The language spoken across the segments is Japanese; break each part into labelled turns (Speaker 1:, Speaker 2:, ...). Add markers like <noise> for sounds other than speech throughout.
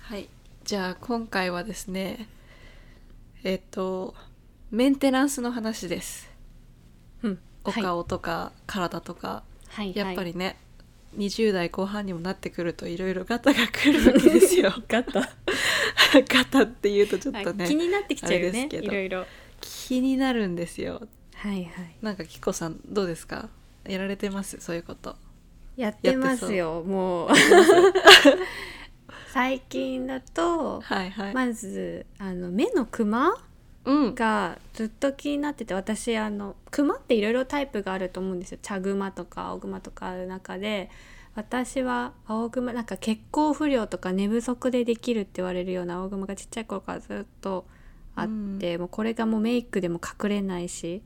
Speaker 1: はいじゃあ今回はですねえっとメンテナンスの話です
Speaker 2: うん
Speaker 1: お
Speaker 2: は
Speaker 1: 顔とか体とか、
Speaker 2: い、はい
Speaker 1: やっぱ
Speaker 2: り <laughs>
Speaker 1: りね、20代後半にもなってくるといろいろガタが来るわけです
Speaker 2: <laughs>
Speaker 1: よ
Speaker 2: ガタ、
Speaker 1: ガタっていうとちょっ
Speaker 2: は
Speaker 1: とね、
Speaker 2: い、気になってきちゃうよ
Speaker 1: あれです
Speaker 2: ね
Speaker 1: けど
Speaker 2: いろいろ
Speaker 1: 気になるんですよ
Speaker 2: はいはい
Speaker 1: なんかきこさんどうですかやられてますそういうこと
Speaker 2: やってますよもう <laughs> 最近だと
Speaker 1: はいはい、
Speaker 2: まずあの目のクマ
Speaker 1: うん
Speaker 2: がずっと気になってて私あのクマっていろいろタイプがあると思うんですよ茶グマとか青グマとかある中で私は青グマなんか血行不良とか寝不足でできるって言われるような青グマがちっちゃい頃からずっとあって、もうこれがもうメイクでも隠れないし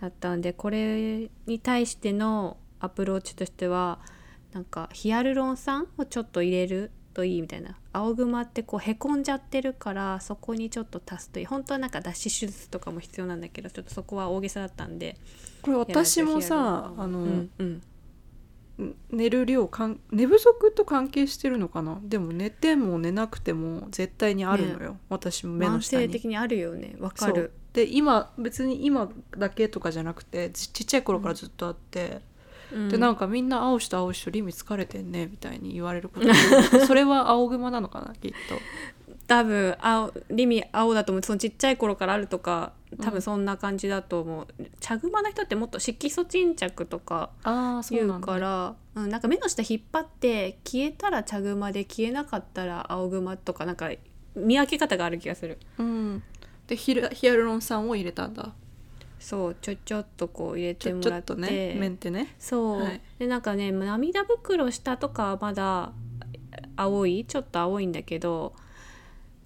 Speaker 2: だったんでこれに対してのアプローチとしてはなんかヒアルロン酸をちょっと入れるといいみたいな青グマってこうへこんじゃってるからそこにちょっと足すといい本当はなんか脱脂手術とかも必要なんだけどちょっとそこは大げさだったんで
Speaker 1: これ私もさあの、
Speaker 2: うんうん
Speaker 1: 寝る量かん寝不足と関係してるのかなでも寝ても寝なくても絶対にあるのよ、私も目の
Speaker 2: 慢
Speaker 1: 下
Speaker 2: 性
Speaker 1: に
Speaker 2: 的にあるよねわか
Speaker 1: そ
Speaker 2: る
Speaker 1: うで今別に今だけとかじゃなくてちちっちゃい頃からずっとあって、
Speaker 2: うん
Speaker 1: でなんかみんな「青しと青しとリミ疲れてんね」みたいに言われることが多
Speaker 2: <laughs>
Speaker 1: いそれは青熊なのかなきっと。
Speaker 2: 多分青リミ青だと思うそのちっちゃい頃からあるとか多分そんな感じだと思う、茶グマの人ってもっと色素沈着とか
Speaker 1: ああそ
Speaker 2: 言
Speaker 1: うな
Speaker 2: うんか
Speaker 1: だ。
Speaker 2: らうん、なんか目の下引っ張って消えたら茶グマで消えなかったら青グマとかなんか見分け方がある気がする
Speaker 1: うん、でヒルヒアルロン酸を入れたんだ
Speaker 2: そうちょちょっとこう入れ
Speaker 1: ち
Speaker 2: て
Speaker 1: ょ
Speaker 2: も
Speaker 1: ちょ
Speaker 2: らっ
Speaker 1: ってとねメンテね。
Speaker 2: そう、
Speaker 1: はい
Speaker 2: でなんかね涙袋下とかはまだ青いちょっと青いんだけど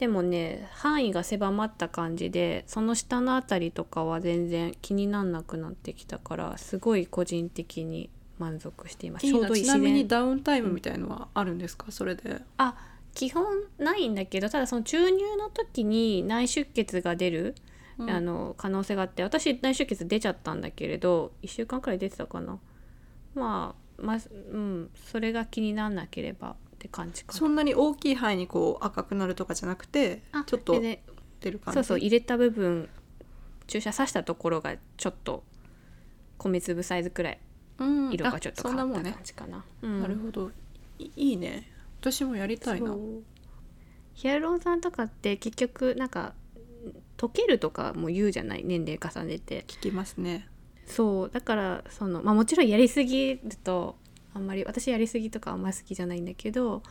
Speaker 2: でもね範囲が狭まった感じでその下のあたりとかは全然気になんなくなってきたからすごい個人的に満足しています
Speaker 1: いい
Speaker 2: ちょう
Speaker 1: な
Speaker 2: どいい
Speaker 1: ち
Speaker 2: 自
Speaker 1: なみに
Speaker 2: 然
Speaker 1: ダウンタイムみたいのはあるんですかそれで。
Speaker 2: あ基本ないんだけどただその注入の時に内出血が出る
Speaker 1: うん
Speaker 2: あの可能性があって私内出血出ちゃったんだけれど1週間くらい出てたかなまあまあうんそれが気にならなければって感じかな
Speaker 1: そんなに大きい範囲にこう赤くなるとかじゃなくて
Speaker 2: あ
Speaker 1: ちょっと
Speaker 2: でね
Speaker 1: 出る感じ
Speaker 2: そうそう入れた部分注射刺したところがちょっと米粒サイズくらい
Speaker 1: うん
Speaker 2: 色がちょっと
Speaker 1: あそん
Speaker 2: 変
Speaker 1: な
Speaker 2: わっ
Speaker 1: も
Speaker 2: た
Speaker 1: んね
Speaker 2: 感じかな。うん
Speaker 1: なるほどいいいね私もやりたいな
Speaker 2: そうヒアルロン酸とかって結局なんか溶けるとかも言うじゃない年齢重ねて
Speaker 1: 聞きますね
Speaker 2: そうだからその、まあ、もちろんやりすぎるとあんまり私やりすぎとかあんま好きじゃないんだけど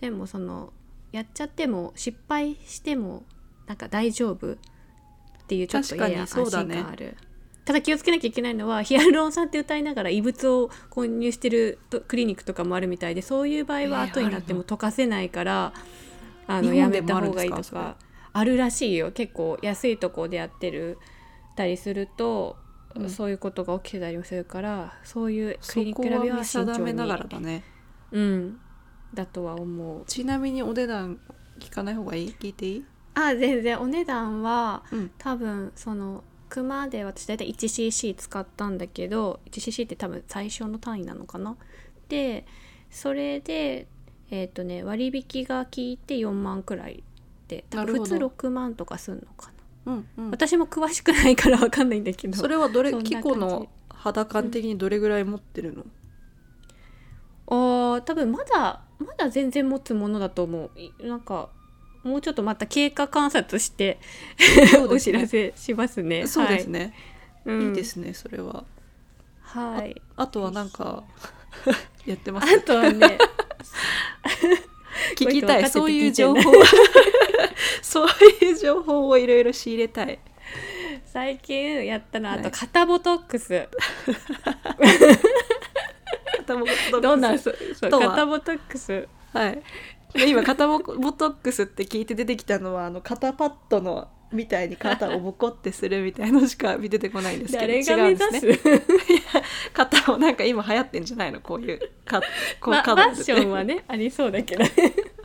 Speaker 2: でもそのやっちゃっても失敗してもなんか大丈夫っていうちょっと
Speaker 1: 確か
Speaker 2: や
Speaker 1: に
Speaker 2: や安
Speaker 1: そう
Speaker 2: 心
Speaker 1: だね
Speaker 2: 感ある、ただ気をつけなきゃいけないのはヒアルロン酸って歌いながら異物を購入してるとクリニックとかもあるみたいでそういう場合は後になっても溶かせないから、あの
Speaker 1: 日
Speaker 2: や
Speaker 1: 本で
Speaker 2: め
Speaker 1: も
Speaker 2: た
Speaker 1: あるん
Speaker 2: 方
Speaker 1: で
Speaker 2: が
Speaker 1: す
Speaker 2: いい
Speaker 1: か
Speaker 2: とかあるらしいよ結構安いとこでやってるたりすると、
Speaker 1: うん
Speaker 2: そういうことが起きてたりもするからそういうク
Speaker 1: そ
Speaker 2: リニッ
Speaker 1: こ
Speaker 2: ク選
Speaker 1: は
Speaker 2: びは
Speaker 1: 見
Speaker 2: 慎重
Speaker 1: 定
Speaker 2: に
Speaker 1: めながらだね
Speaker 2: うん、だとは思う
Speaker 1: ちなみにお値段聞かない方がいい聞いていい
Speaker 2: あ全然お値段は
Speaker 1: うん
Speaker 2: 多分その熊で私大体 1cc 使ったんだけど 1cc って多分最小の単位なのかなでそれでえっ、とね割引が効いて4万くらいで多
Speaker 1: なる
Speaker 2: 分
Speaker 1: ほ
Speaker 2: 普
Speaker 1: ど
Speaker 2: 通6万とかすんのかな
Speaker 1: うんうん
Speaker 2: 私も詳しくないからわかんないんだけど
Speaker 1: それはどれ
Speaker 2: そんな
Speaker 1: キ
Speaker 2: 感じ
Speaker 1: コの肌感的にどれぐらい持ってるの
Speaker 2: ああ多分まだまだ全然持つものだと思ういなんかもうちょっとまた経過観察して、
Speaker 1: そう
Speaker 2: お
Speaker 1: です
Speaker 2: 知ら
Speaker 1: ね
Speaker 2: せしますね
Speaker 1: そうですね
Speaker 2: はい
Speaker 1: いいで
Speaker 2: ね、
Speaker 1: すねそれは
Speaker 2: うんはい
Speaker 1: あとはなんか <laughs> やってます
Speaker 2: あとはね
Speaker 1: 聞きた
Speaker 2: こうやっ
Speaker 1: い
Speaker 2: て分かってて
Speaker 1: そういう
Speaker 2: 聞いて
Speaker 1: 情
Speaker 2: ない
Speaker 1: 報 <laughs> そういう情報をいろいろ仕入れた
Speaker 2: <laughs>
Speaker 1: い
Speaker 2: <laughs> 最近やったのはあ
Speaker 1: は
Speaker 2: と
Speaker 1: い
Speaker 2: 肩ボトックス、どんなそうそう
Speaker 1: とは
Speaker 2: 肩ボトックス
Speaker 1: はい。で今肩ボボトックスって聞いて出てきたのはあの肩パッドのみたいに肩をボコってするみたいのしか見ててこないんですけど
Speaker 2: 誰が
Speaker 1: 違
Speaker 2: 目
Speaker 1: うんです
Speaker 2: 指す、
Speaker 1: ね。肩をなんか今流行ってんじゃないのこういうかこう
Speaker 2: ま、フ
Speaker 1: 肩
Speaker 2: ァ
Speaker 1: で
Speaker 2: ッションはねありそうだけど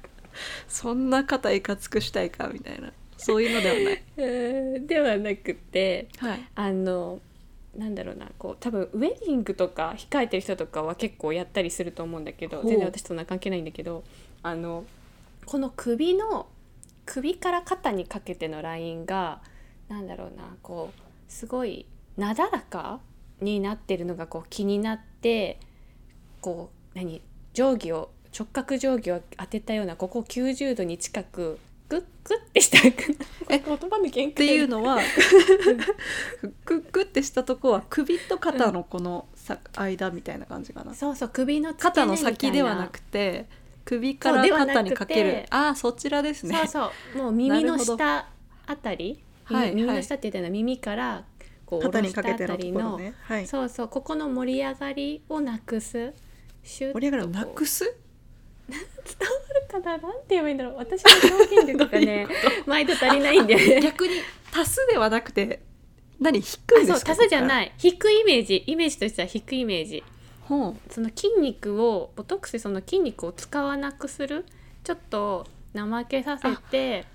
Speaker 1: <laughs> そんな肩いかつくしたいかみたいなそういうのではない。
Speaker 2: うんではなくて
Speaker 1: はい。
Speaker 2: あのなんだろうなこう多分ウェディングとか控えてる人とかは結構やったりすると思うんだけど
Speaker 1: ほう
Speaker 2: 全然私とそんな関係ないんだけどあのこの首の首から肩にかけてのラインがなんだろうなこうすごいなだらかになってるのがこう気になってこう何定規を直角定規を当てたようなここを90度に近くグッグッてしたく
Speaker 1: え
Speaker 2: 言葉の
Speaker 1: っ
Speaker 2: 限界
Speaker 1: ていうのは <laughs> クックってしたとこは首と肩のこのさ間みたいな感じかな
Speaker 2: そうそう首の付け根
Speaker 1: 肩の先では
Speaker 2: みたい
Speaker 1: なくて首か
Speaker 2: そう
Speaker 1: ら
Speaker 2: ではなくて
Speaker 1: 肩にかけるああそちらですね
Speaker 2: そうそうもう耳の
Speaker 1: なるほど
Speaker 2: 下あたり耳,、
Speaker 1: はい
Speaker 2: 耳
Speaker 1: は
Speaker 2: の
Speaker 1: い
Speaker 2: 下って言ったのは耳からこう
Speaker 1: 肩
Speaker 2: 下ろ
Speaker 1: に
Speaker 2: し
Speaker 1: か
Speaker 2: た
Speaker 1: け
Speaker 2: あ
Speaker 1: て
Speaker 2: た
Speaker 1: のと
Speaker 2: り
Speaker 1: こ
Speaker 2: の
Speaker 1: ろね、はい、
Speaker 2: そうそうここの盛り上がりをなくすシュッ
Speaker 1: 盛り上がるをな
Speaker 2: とこう
Speaker 1: くす
Speaker 2: 伝わるかななんて言えばいいんだろう私の表現力が
Speaker 1: どう
Speaker 2: <laughs>
Speaker 1: い
Speaker 2: ね
Speaker 1: うこ
Speaker 2: 毎度足りないんでね
Speaker 1: 逆に足すではなくて何引くん
Speaker 2: あ
Speaker 1: で
Speaker 2: そう
Speaker 1: すか
Speaker 2: 足すじゃないい引くイメージイメージとしては引くイメージ
Speaker 1: ほう
Speaker 2: その筋肉をボトックスでその筋肉を使わなくするちょっと怠けさせて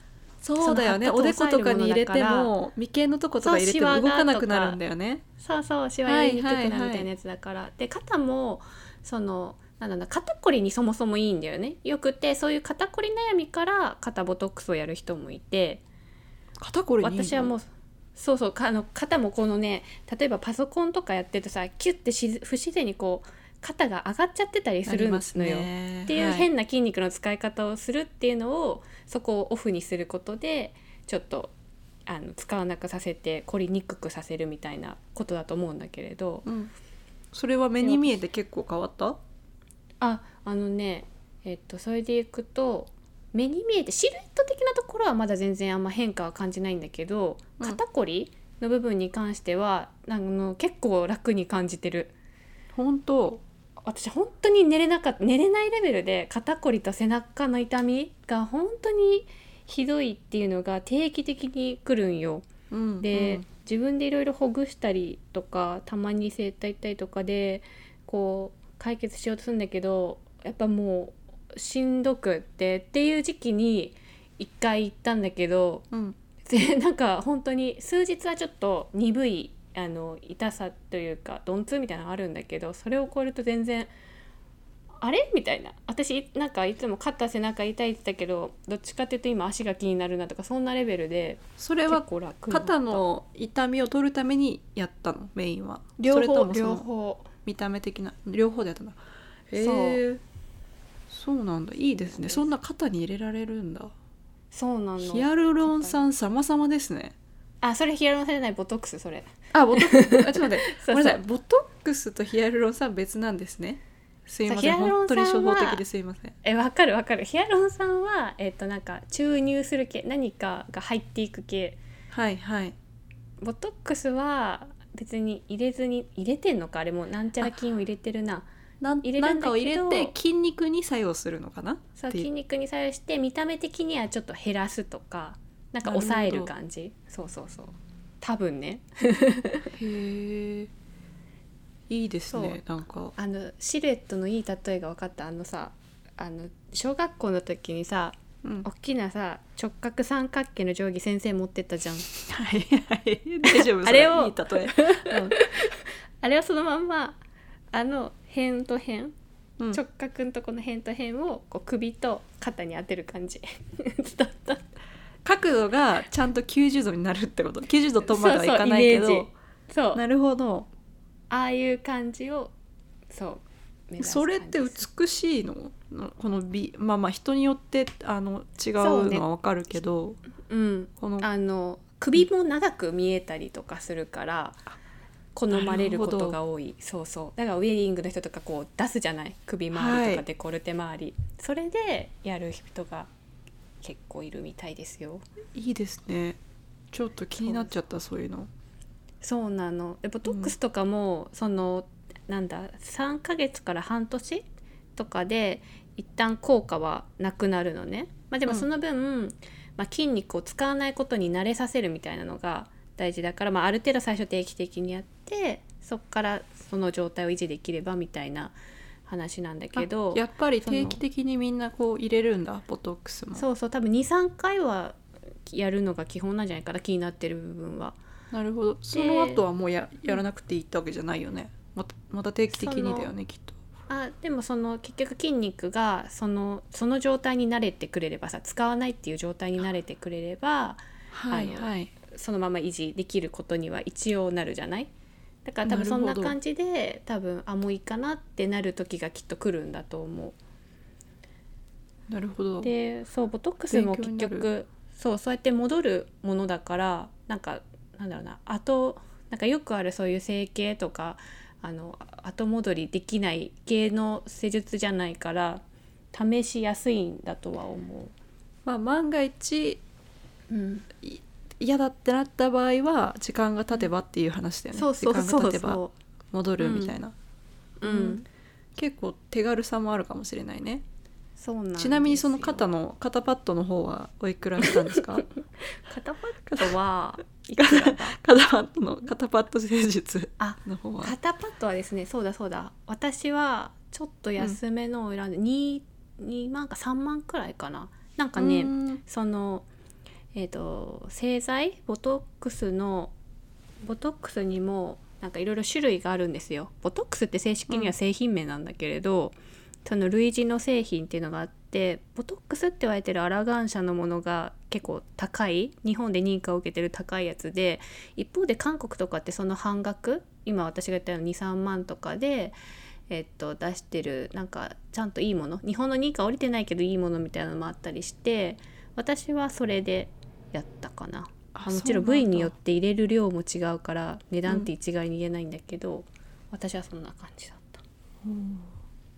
Speaker 1: そうだよね
Speaker 2: そ
Speaker 1: お
Speaker 2: の
Speaker 1: で
Speaker 2: 発
Speaker 1: こ
Speaker 2: 達を
Speaker 1: とかに入れて
Speaker 2: 抑えるも
Speaker 1: も眉間のとことか入れても
Speaker 2: そうシワ
Speaker 1: 動
Speaker 2: が
Speaker 1: かなくなるんだよね
Speaker 2: そうそうシワ入れにくくなるみ
Speaker 1: はいはいはい
Speaker 2: たいなやつだから、で肩もそのなんだろうな肩こりにそもそもいいんだよねよくてそういう肩こり悩みから肩ボトックスをやる人もいて
Speaker 1: 肩こりにいいの
Speaker 2: 私はもうそうそうかあの肩もこのね例えばパソコンとかやってるとさキュッてしず不自然にこう肩が上がっちゃってたりする
Speaker 1: あり
Speaker 2: の
Speaker 1: ま
Speaker 2: よ。
Speaker 1: すね
Speaker 2: っていう
Speaker 1: はい
Speaker 2: 変な筋肉の使い方をするっていうのをそこをオフにすることでちょっとあの使わなくさせて凝りにくくさせるみたいなことだと思うんだけれど
Speaker 1: うん、それは目に見えて結構変わった
Speaker 2: ああのねえっとそれでいくと目に見えてシルエット的なところはまだ全然あんま変化は感じないんだけど
Speaker 1: うん
Speaker 2: 肩こりの部分に関しては、あの結構楽に感じてる。
Speaker 1: 本当
Speaker 2: 私本当に寝れなかった寝れないレベルで肩こりと背中の痛みが本当にひどいっていうのが定期的に来るんよ。
Speaker 1: うん
Speaker 2: で、自分でいろいろほぐしたりとかたまに整体行ったりとかでこう解決しようとするんだけどやっぱもうしんどくってっていう時期に一回行ったんだけど
Speaker 1: うんうん
Speaker 2: <laughs> でなんか本当に数日はちょっと鈍いあの痛さというか鈍痛みたいなのがあるんだけどそれを超えると全然あれみたいな私なんかいつも肩背中痛いって言ってたけどどっちかっていうと今足が気になるなとかそんなレベルで
Speaker 1: それ
Speaker 2: 結
Speaker 1: は
Speaker 2: 構楽になった
Speaker 1: 肩の痛みを取るためにやったのメインは
Speaker 2: 両
Speaker 1: それと
Speaker 2: 方
Speaker 1: もそ
Speaker 2: 両
Speaker 1: の
Speaker 2: 方
Speaker 1: 見た目的な両方でやったんだ
Speaker 2: そう
Speaker 1: へえそうなんだいいですねそんな肩に入れられるんだ
Speaker 2: そうな
Speaker 1: ヒ
Speaker 2: の
Speaker 1: アルロン酸様々ですね
Speaker 2: あそれヒアルロン酸じゃないボトックスそれ
Speaker 1: あボトック <laughs> あちょっと待って
Speaker 2: そうそ
Speaker 1: ご
Speaker 2: う
Speaker 1: めんなさいボトックスとヒアルロン酸別なんですねすいません
Speaker 2: そうヒアルロ
Speaker 1: 本
Speaker 2: ン
Speaker 1: 当
Speaker 2: 酸
Speaker 1: に
Speaker 2: は
Speaker 1: 初歩的ですいません
Speaker 2: えわかるわかるヒアルロン酸はえっ、となんか注入する系何かが入っていく系
Speaker 1: はいはい
Speaker 2: ボトックスは別に入れずに入れてんのかあれもなんちゃら菌を入れてるな
Speaker 1: なん
Speaker 2: 入れるんだ
Speaker 1: な
Speaker 2: けど
Speaker 1: んかを入れて筋肉に作用するのかな
Speaker 2: そう
Speaker 1: っていう
Speaker 2: 筋肉に作用して見た目的にはちょっと減らすとかなんか抑える感じそうそうそう多分ね
Speaker 1: へえいいですねなんか
Speaker 2: あのシルエットのいい例えが分かったあのさあの小学校の時にさ
Speaker 1: うん
Speaker 2: 大きなさ直角三角形の定規先生持ってったじゃん
Speaker 1: はいはい大丈夫
Speaker 2: あれを
Speaker 1: そいい例
Speaker 2: あれはそのまんまあの辺と辺、
Speaker 1: え、うん
Speaker 2: 直角のとこの辺と辺をこう首と肩に当てる感じ <laughs> 伝わった
Speaker 1: 角度がちゃんと90度になるってこと90度とまではいかないけど
Speaker 2: そうそうイメージそう
Speaker 1: なるほど
Speaker 2: ああいう感じをそう目指す
Speaker 1: それって
Speaker 2: 感じです
Speaker 1: 美しいのこの美まあまあ人によってあの違う
Speaker 2: そうね
Speaker 1: のはわかるけど、
Speaker 2: うん
Speaker 1: この
Speaker 2: あの首も長く見えたりとかするから好まれることが多いそうそうだからウェディングの人とかこう出すじゃない首周りと
Speaker 1: は
Speaker 2: か
Speaker 1: い
Speaker 2: デコルテ周り、それでやる人が結構いるみたいですよ
Speaker 1: いいですねちょっと気になっちゃったそういうの
Speaker 2: そうなのでボトックスとかも、そのなんだ3ヶ月から半年とかで一旦効果はなくなるのね、まあ、でも
Speaker 1: うん
Speaker 2: その分、まあ、筋肉を使わないことに慣れさせるみたいなのが大事だから、まあ、ある程度最初定期的にやってそこからその状態を維持できればみたいな話なんだけど
Speaker 1: あやっぱり定期的にみんなこう入れるんだボトックスも
Speaker 2: そうそう多分23回はやるのが基本なんじゃないかな気になってる部分は。
Speaker 1: なるほどその後はもうややらなくていいってわけじゃないよねまたまた定期的にだよねきっと
Speaker 2: あでもその結局筋肉がそのその状態に慣れてくれればさ使わないっていう状態に慣れてくれれば
Speaker 1: はい
Speaker 2: あの
Speaker 1: はい
Speaker 2: そのまま維持できることには一応なるじゃないだから多分そん
Speaker 1: な
Speaker 2: な
Speaker 1: るほど
Speaker 2: 感じで多分あもういいかなってなる時がきっと来るんだと思
Speaker 1: なるほど
Speaker 2: うでそうボトックスも
Speaker 1: 勉強
Speaker 2: 結
Speaker 1: になる
Speaker 2: 局そうそうやって戻るものだからなんかなんだろうな後なんかよくあるそういう整形とかあの後戻りできない系の施術じゃないから試しやすいんだとは思
Speaker 1: まあ万が一
Speaker 2: う、うん、
Speaker 1: 嫌だってなった場合は時間が経てばっていう話だよね
Speaker 2: そうそう
Speaker 1: 時間
Speaker 2: そ
Speaker 1: が
Speaker 2: う
Speaker 1: 経てば
Speaker 2: そ
Speaker 1: 戻るみたいな、
Speaker 2: う、う
Speaker 1: うんん、結構手軽さもあるかもしれないね
Speaker 2: そうなんですよ
Speaker 1: ちなみにその肩の肩パッドの方はおいくらしたんです
Speaker 2: <laughs>
Speaker 1: か
Speaker 2: 肩パッド <laughs> はいくらだ
Speaker 1: 肩パッドの肩パッド施術
Speaker 2: あ
Speaker 1: の方は
Speaker 2: 肩パッドはですねそうだそうだ私はちょっと安めのを選んで、2, 2万か3万くらいかななんかね、
Speaker 1: うん
Speaker 2: そのえっ、と製剤ボトックスのボトックスにもなんかいろいろ種類があるんですよボトックスって正式には製品名なんだけれど、その類似の製品っていうのがあってボトックスって言われてるアラガン社のものが結構高い日本で認可を受けてる高いやつで一方で韓国とかってその半額今私が言ったように23万とかで、えっと、出してるなんかちゃんといいもの日本の認可降りてないけどいいものみたいなのもあったりして私はそれでやったかな。
Speaker 1: あ
Speaker 2: まあもちろん
Speaker 1: そう
Speaker 2: 部
Speaker 1: な
Speaker 2: 位
Speaker 1: だ
Speaker 2: によって入れる量も違うから値段って一概に言えないんだけど、私はそんな感じだった
Speaker 1: うん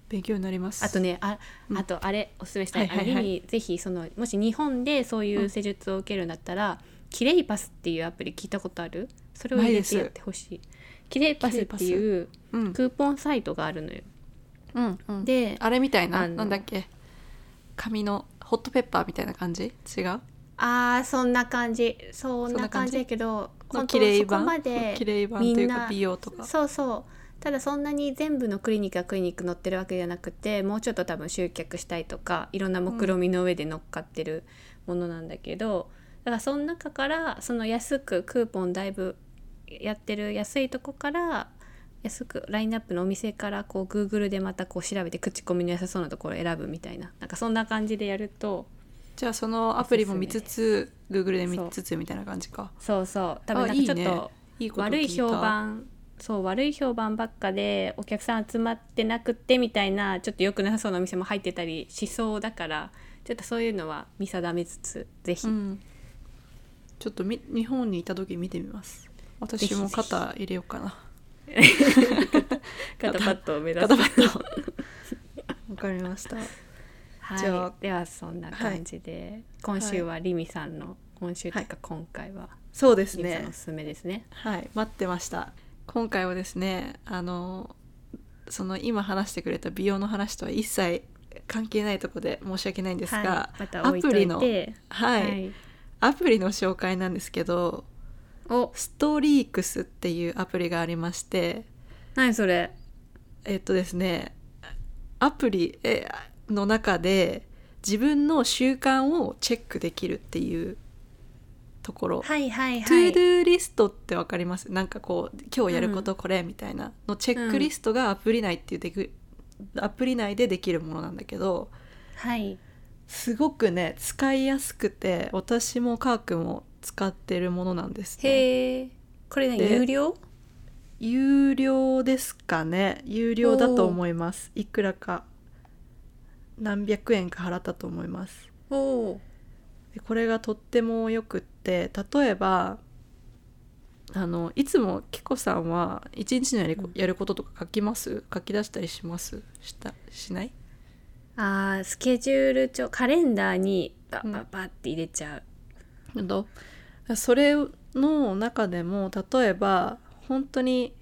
Speaker 1: 勉強になります
Speaker 2: あとねあ,、
Speaker 1: うん
Speaker 2: あとあれおすすめしたい,、
Speaker 1: はいはいはい
Speaker 2: あのリミぜひそのもし日本でそういう施術を受けるんだったら、キレイパスっていうアプリ聞いたことあるそれを入れてやってほしいキレイパスっていう
Speaker 1: うん、
Speaker 2: クーポンサイトがあるのよ
Speaker 1: うんうん、
Speaker 2: で
Speaker 1: あれみたい
Speaker 2: あ
Speaker 1: な
Speaker 2: の
Speaker 1: なんだっけ紙のホットペッパーみたいな感じ違う
Speaker 2: あーそんな感じそん
Speaker 1: そん
Speaker 2: な
Speaker 1: な
Speaker 2: 感
Speaker 1: 感
Speaker 2: じ
Speaker 1: じ
Speaker 2: だけど
Speaker 1: の
Speaker 2: 本
Speaker 1: 綺
Speaker 2: 当
Speaker 1: 麗
Speaker 2: そこ
Speaker 1: 版
Speaker 2: まで
Speaker 1: 綺麗版という
Speaker 2: みん
Speaker 1: か
Speaker 2: な
Speaker 1: 美容とか
Speaker 2: そうそうただそんなに全部のクリニックがクリニック載ってるわけじゃなくてもうちょっと多分集客したいとかいろんな目論見みの上で乗っかってるものなんだけど、だからその中からその安くクーポンだいぶやってる安いとこから安くラインナップのお店からこう Google でまたこう調べて口コミの良さそうなところを選ぶみたいななんかそんな感じでやると
Speaker 1: じゃあそのアプリも見つつ Google で見つつみたいな感じか
Speaker 2: そうそう多分
Speaker 1: あ
Speaker 2: なんかちょっと
Speaker 1: いいねいいこと聞いた
Speaker 2: 悪い評判そう悪い評判ばっかでお客さん集まってなくてみたいなちょっと良くなさそうなお店も入ってたりしそうだからちょっとそういうのは見定めつつぜひ、
Speaker 1: うんちょっとみ日本にいた時見てみます
Speaker 2: ひぜ
Speaker 1: 私
Speaker 2: ひ
Speaker 1: も肩入れようかな
Speaker 2: 肩パッドを目指す
Speaker 1: 肩パッドわかりました
Speaker 2: <laughs> はい、
Speaker 1: じゃあ
Speaker 2: ではそんな感じで、今週はリミさんの今週というか今回は
Speaker 1: そうです
Speaker 2: リミさん
Speaker 1: ね
Speaker 2: のおすすめですね
Speaker 1: はい待ってました今回はですねあのその今話してくれた美容の話とは一切関係ないとこで申し訳ないんですが
Speaker 2: は、い、また置いと
Speaker 1: ア
Speaker 2: い
Speaker 1: プリ
Speaker 2: て
Speaker 1: はい、
Speaker 2: はい、
Speaker 1: アプリの紹介なんですけど
Speaker 2: お
Speaker 1: ストリークスっていうアプリがありまして
Speaker 2: 何それ
Speaker 1: えっとですねアプリえの中で自分の習慣をチェックできるっていうところ、
Speaker 2: はいはい
Speaker 1: ト
Speaker 2: は
Speaker 1: ゥード
Speaker 2: い
Speaker 1: ゥーリストってわかりますなんかこう今日やることこれみたいなのチェックリストがアプリ内っていうできアプリ内でできるものなんだけど
Speaker 2: はい
Speaker 1: すごくね使いやすくて私もカーくんも使ってるものなんです、ね、
Speaker 2: へえこれ何
Speaker 1: で
Speaker 2: 有料
Speaker 1: 有料ですかね有料だと思いますいくらか何百円か払ったと思います
Speaker 2: おお
Speaker 1: でこれがとってもよくって例えばあのいつもキコさんは一日のやりこ
Speaker 2: うん
Speaker 1: やることとか書きます書き出したりしますしたしない
Speaker 2: あースケジュール帳カレンダーにバ
Speaker 1: うん
Speaker 2: ババって入れちゃう、
Speaker 1: なんだそれの中でも例えば本当に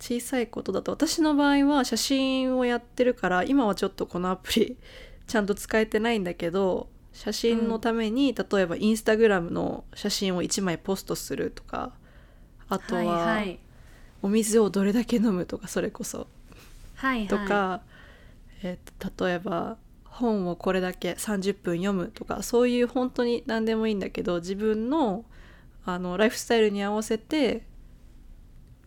Speaker 1: 小さいことだと私の場合は写真をやってるから今はちょっとこのアプリ <laughs> ちゃんと使えてないんだけど写真のために、例えばインスタグラムの写真を1枚ポストするとかあとは、
Speaker 2: はいはい
Speaker 1: お水をどれだけ飲むとかそれこそ
Speaker 2: はいはい
Speaker 1: とか、えーと例えば本をこれだけ30分読むとかそういう本当に何でもいいんだけど自分のあのライフスタイルに合わせて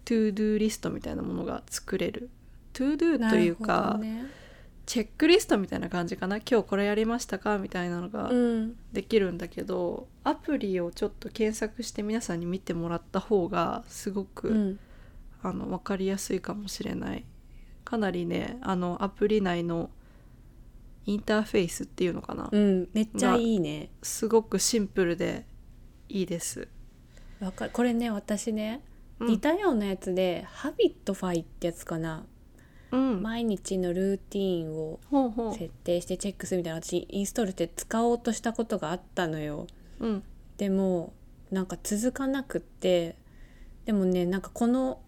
Speaker 1: トゥードゥーリストみたいなものが作れるトゥードゥというか、
Speaker 2: なるほどね
Speaker 1: チェックリストみたいな感じかな今日これやりましたかみたいなのが
Speaker 2: うん、
Speaker 1: できるんだけど、アプリをちょっと検索して皆さんに見てもらった方がすごく、
Speaker 2: うん、
Speaker 1: あの分かりやすいかもしれないかなりねあのアプリ内のインターフェースっていうのかな、
Speaker 2: うん、めっちゃいいね
Speaker 1: すごくシンプルでいいです。
Speaker 2: わかるこれね私ね、
Speaker 1: うん
Speaker 2: 似たようなやつで「ハビットファイ」ってやつかな、
Speaker 1: うん、
Speaker 2: 毎日のルーティンを
Speaker 1: ほうほ
Speaker 2: 設定してチェックするみたいな私インストールして使おうとしたことがあったのよ
Speaker 1: う、うん、
Speaker 2: でもなんか続かなくってでもねなんかこの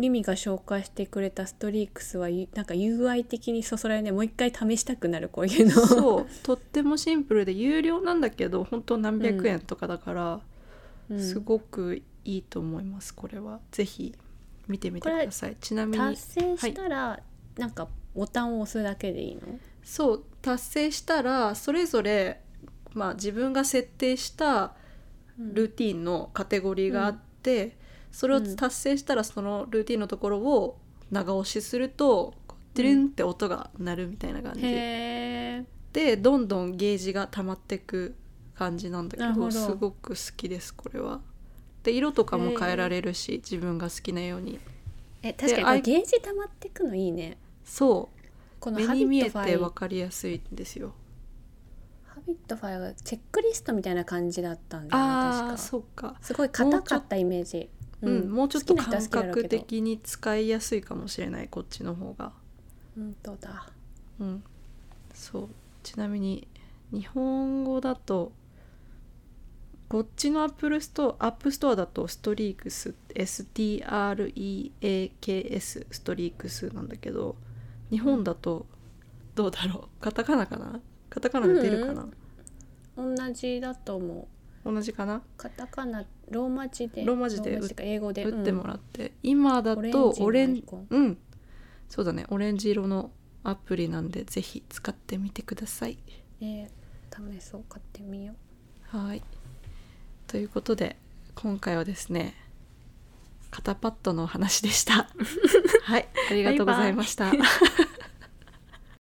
Speaker 2: リミが紹介してくれたストリークスはゆなんか UI 的にそそられねもう一回試したくなるこういうの
Speaker 1: そう <laughs> とってもシンプルで有料なんだけど本当何百円とかだから、
Speaker 2: うん
Speaker 1: すごくいいと思いますこれはぜひ見てみて
Speaker 2: こ
Speaker 1: く
Speaker 2: れ
Speaker 1: ださいちなみに
Speaker 2: 達成したら、なんかボタンを押すだけでいいの
Speaker 1: そう達成したらそれぞれ、まあ、自分が設定したルーティンのカテゴリーがあって、それを達成したらそのルーティンのところを長押しするとこうドゥルンって音が鳴るみたいな感じ、
Speaker 2: へえ
Speaker 1: でどんどんゲージが溜まってく感じなんだけ
Speaker 2: なる
Speaker 1: ど
Speaker 2: ほど
Speaker 1: すごく好きですこれは。で色とかも変えられるし、自分が好きなように
Speaker 2: え確かにこ
Speaker 1: あ
Speaker 2: れ
Speaker 1: い
Speaker 2: ゲージ溜まってくのいいね
Speaker 1: そう
Speaker 2: この
Speaker 1: 目
Speaker 2: ハビ
Speaker 1: に見
Speaker 2: ッ
Speaker 1: え
Speaker 2: トフ
Speaker 1: て
Speaker 2: ァイ
Speaker 1: 分かりやすいんですよ。
Speaker 2: ハビットファイがチェックリストみたいな感じだったんだよね
Speaker 1: あ
Speaker 2: 確
Speaker 1: あ
Speaker 2: か
Speaker 1: そうか
Speaker 2: すごい硬かったイメージ
Speaker 1: うん、もうちょっと
Speaker 2: 好きな
Speaker 1: 感
Speaker 2: 人は好きだろう
Speaker 1: 覚
Speaker 2: けど
Speaker 1: 的に使いやすいかもしれないこっちの方が
Speaker 2: 本当だ
Speaker 1: うんそうちなみに日本語だとこっちのアップルストアアップストアだとストリークス STREAKS ストリークスなんだけど日本だとどうだろうカタカナかなカタカナで出るかな、
Speaker 2: 同じだと思う
Speaker 1: 同じかな
Speaker 2: カタカナローマ字で
Speaker 1: ローマ字で
Speaker 2: ローマ字か英語で
Speaker 1: 打っても
Speaker 2: ら
Speaker 1: らって、今だとオ
Speaker 2: オ
Speaker 1: レ
Speaker 2: レ
Speaker 1: ン
Speaker 2: ン
Speaker 1: ジ
Speaker 2: ジのアイ
Speaker 1: うんそうだねオレンジ色のアプリなんでぜひ使ってみてください
Speaker 2: うん、えー試そう買ってみよう
Speaker 1: はいということで今回はですね肩パッドのお話でしたはいありがとうございました